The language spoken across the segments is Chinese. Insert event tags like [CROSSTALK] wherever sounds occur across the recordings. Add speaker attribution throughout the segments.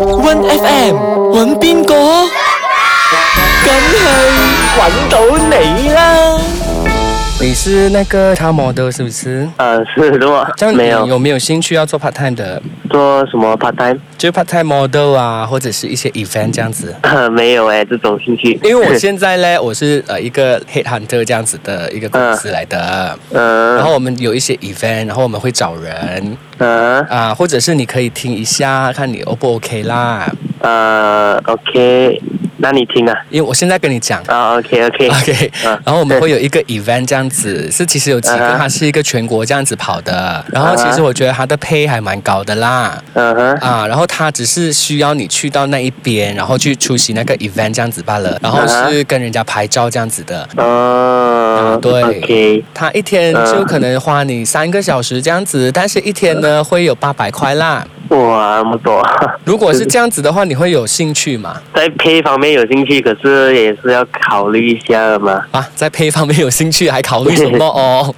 Speaker 1: One FM 揾边个？梗系揾到你啦！
Speaker 2: 你是那个他 model 是不是？
Speaker 3: 嗯，是的嘛
Speaker 2: 这样，
Speaker 3: 没
Speaker 2: 你
Speaker 3: 有
Speaker 2: 有没有兴趣要做 part time 的？
Speaker 3: 做什么 part time， [LAUGHS]
Speaker 2: 就 part time model 啊，或者是一些 event 这样子。
Speaker 3: 没有哎，这种兴趣。
Speaker 2: 因为我
Speaker 3: [LAUGHS]
Speaker 2: 现在呢，我是呃一个 head hunter 这样子的一个公司来的，
Speaker 3: 嗯
Speaker 2: 然后我们有一些 event，然后我们会找人
Speaker 3: 嗯
Speaker 2: 啊、或者是你可以听一下，看你 O 不 OK 啦。
Speaker 3: 呃，OK，那你听啊，
Speaker 2: 因为我现在跟你讲。
Speaker 3: 啊，OK OK
Speaker 2: [LAUGHS] OK，
Speaker 3: 嗯
Speaker 2: 然后我们会有一个 event 这样子，是其实有几个，
Speaker 3: 嗯哼
Speaker 2: 它是一个全国这样子跑的。然后其实
Speaker 3: 嗯哼
Speaker 2: 我觉得它的 pay 还蛮高的啦。
Speaker 3: 嗯哼，
Speaker 2: 啊，然后他只是需要你去到那一边，然后去出席那个 event 这样子罢了，然后是跟人家拍照这样子的。
Speaker 3: 哦
Speaker 2: 啊，对
Speaker 3: ，OK，
Speaker 2: 他一天就可能花你三个小时这样子，但是一天
Speaker 3: 嗯
Speaker 2: 呢会有八百块啦。
Speaker 3: 哇，那么多， [LAUGHS]
Speaker 2: 如果是这样子的话，你会有兴趣吗？
Speaker 3: 在配方面有兴趣，可是也是要考虑一下的嘛， [LAUGHS]
Speaker 2: 啊，在配方面有兴趣，还考虑什么哦？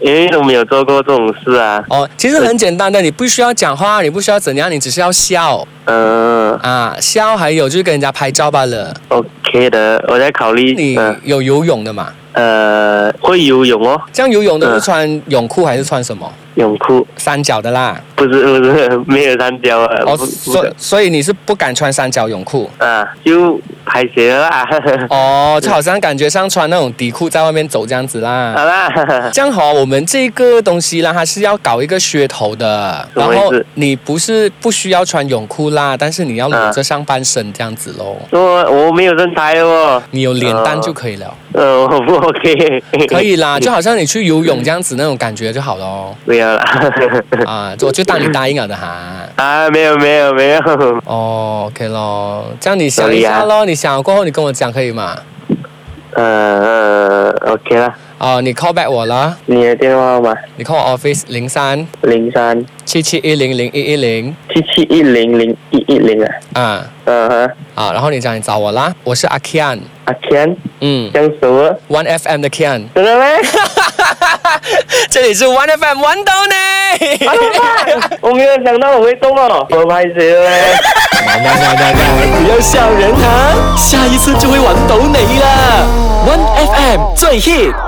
Speaker 3: 因为我没有做过这种事啊，
Speaker 2: 哦，其实很简单的，你不需要讲话，你不需要怎样，你只是要笑
Speaker 3: 嗯
Speaker 2: 啊，笑，还有就是跟人家拍照罢了。
Speaker 3: ，OK 的，我在考虑，
Speaker 2: 你
Speaker 3: 嗯
Speaker 2: 有游泳的嘛？
Speaker 3: 呃，会游泳哦，
Speaker 2: 这样游泳的
Speaker 3: 嗯
Speaker 2: 是穿泳裤还是穿什么？
Speaker 3: 泳裤
Speaker 2: 三角的啦。
Speaker 3: 不是不是没有三角啊，
Speaker 2: 哦，
Speaker 3: 不
Speaker 2: 所
Speaker 3: 不
Speaker 2: 所以你是不敢穿三角泳裤
Speaker 3: 啊，就排鞋了啦，嗯
Speaker 2: 哦，就好像感觉上穿那种底裤在外面走这样子啦。
Speaker 3: 好啦，
Speaker 2: 这样好，我们这个东西啦，它是要搞一个噱头的。
Speaker 3: 什
Speaker 2: 然
Speaker 3: 么意思
Speaker 2: 后你不是不需要穿泳裤啦，但是你要裸
Speaker 3: 嗯
Speaker 2: 着上半身这样子喽。
Speaker 3: 我我没有身材哦，
Speaker 2: 你有脸蛋
Speaker 3: 哦
Speaker 2: 就可以了，
Speaker 3: 呃，我不 OK，
Speaker 2: 可以
Speaker 3: 嗯
Speaker 2: 啦，就好像你去游泳这样子那种感觉就好咯。
Speaker 3: 不要啦，
Speaker 2: 啊，我就当你答应了的哈。
Speaker 3: 啊，没有没有没有，
Speaker 2: 哦，OK 咯，这样你想一下
Speaker 3: 可以
Speaker 2: 咯，你想了过后你跟我讲可以吗？
Speaker 3: 呃，OK 啦，
Speaker 2: 哦，你 call back 我啦，
Speaker 3: 你的电话号码
Speaker 2: 你 call 我 office 零三。
Speaker 3: 零三
Speaker 2: 七七一零零一一零
Speaker 3: 七七一零零一一零啊，
Speaker 2: 啊
Speaker 3: 嗯哼，
Speaker 2: 啊，然后你讲你找我啦，我是阿 Kian，
Speaker 3: 阿 Ken
Speaker 2: 嗯
Speaker 3: 江熟了，
Speaker 2: ，One FM 的 Kian，
Speaker 3: 真的咩？
Speaker 2: 这里是 One FM 玩到你。
Speaker 3: 啊我没有想到我会动哦，我拍鞋了咩？
Speaker 1: 不要笑人啊，下一次就会揾到你啦！One FM 最 hit。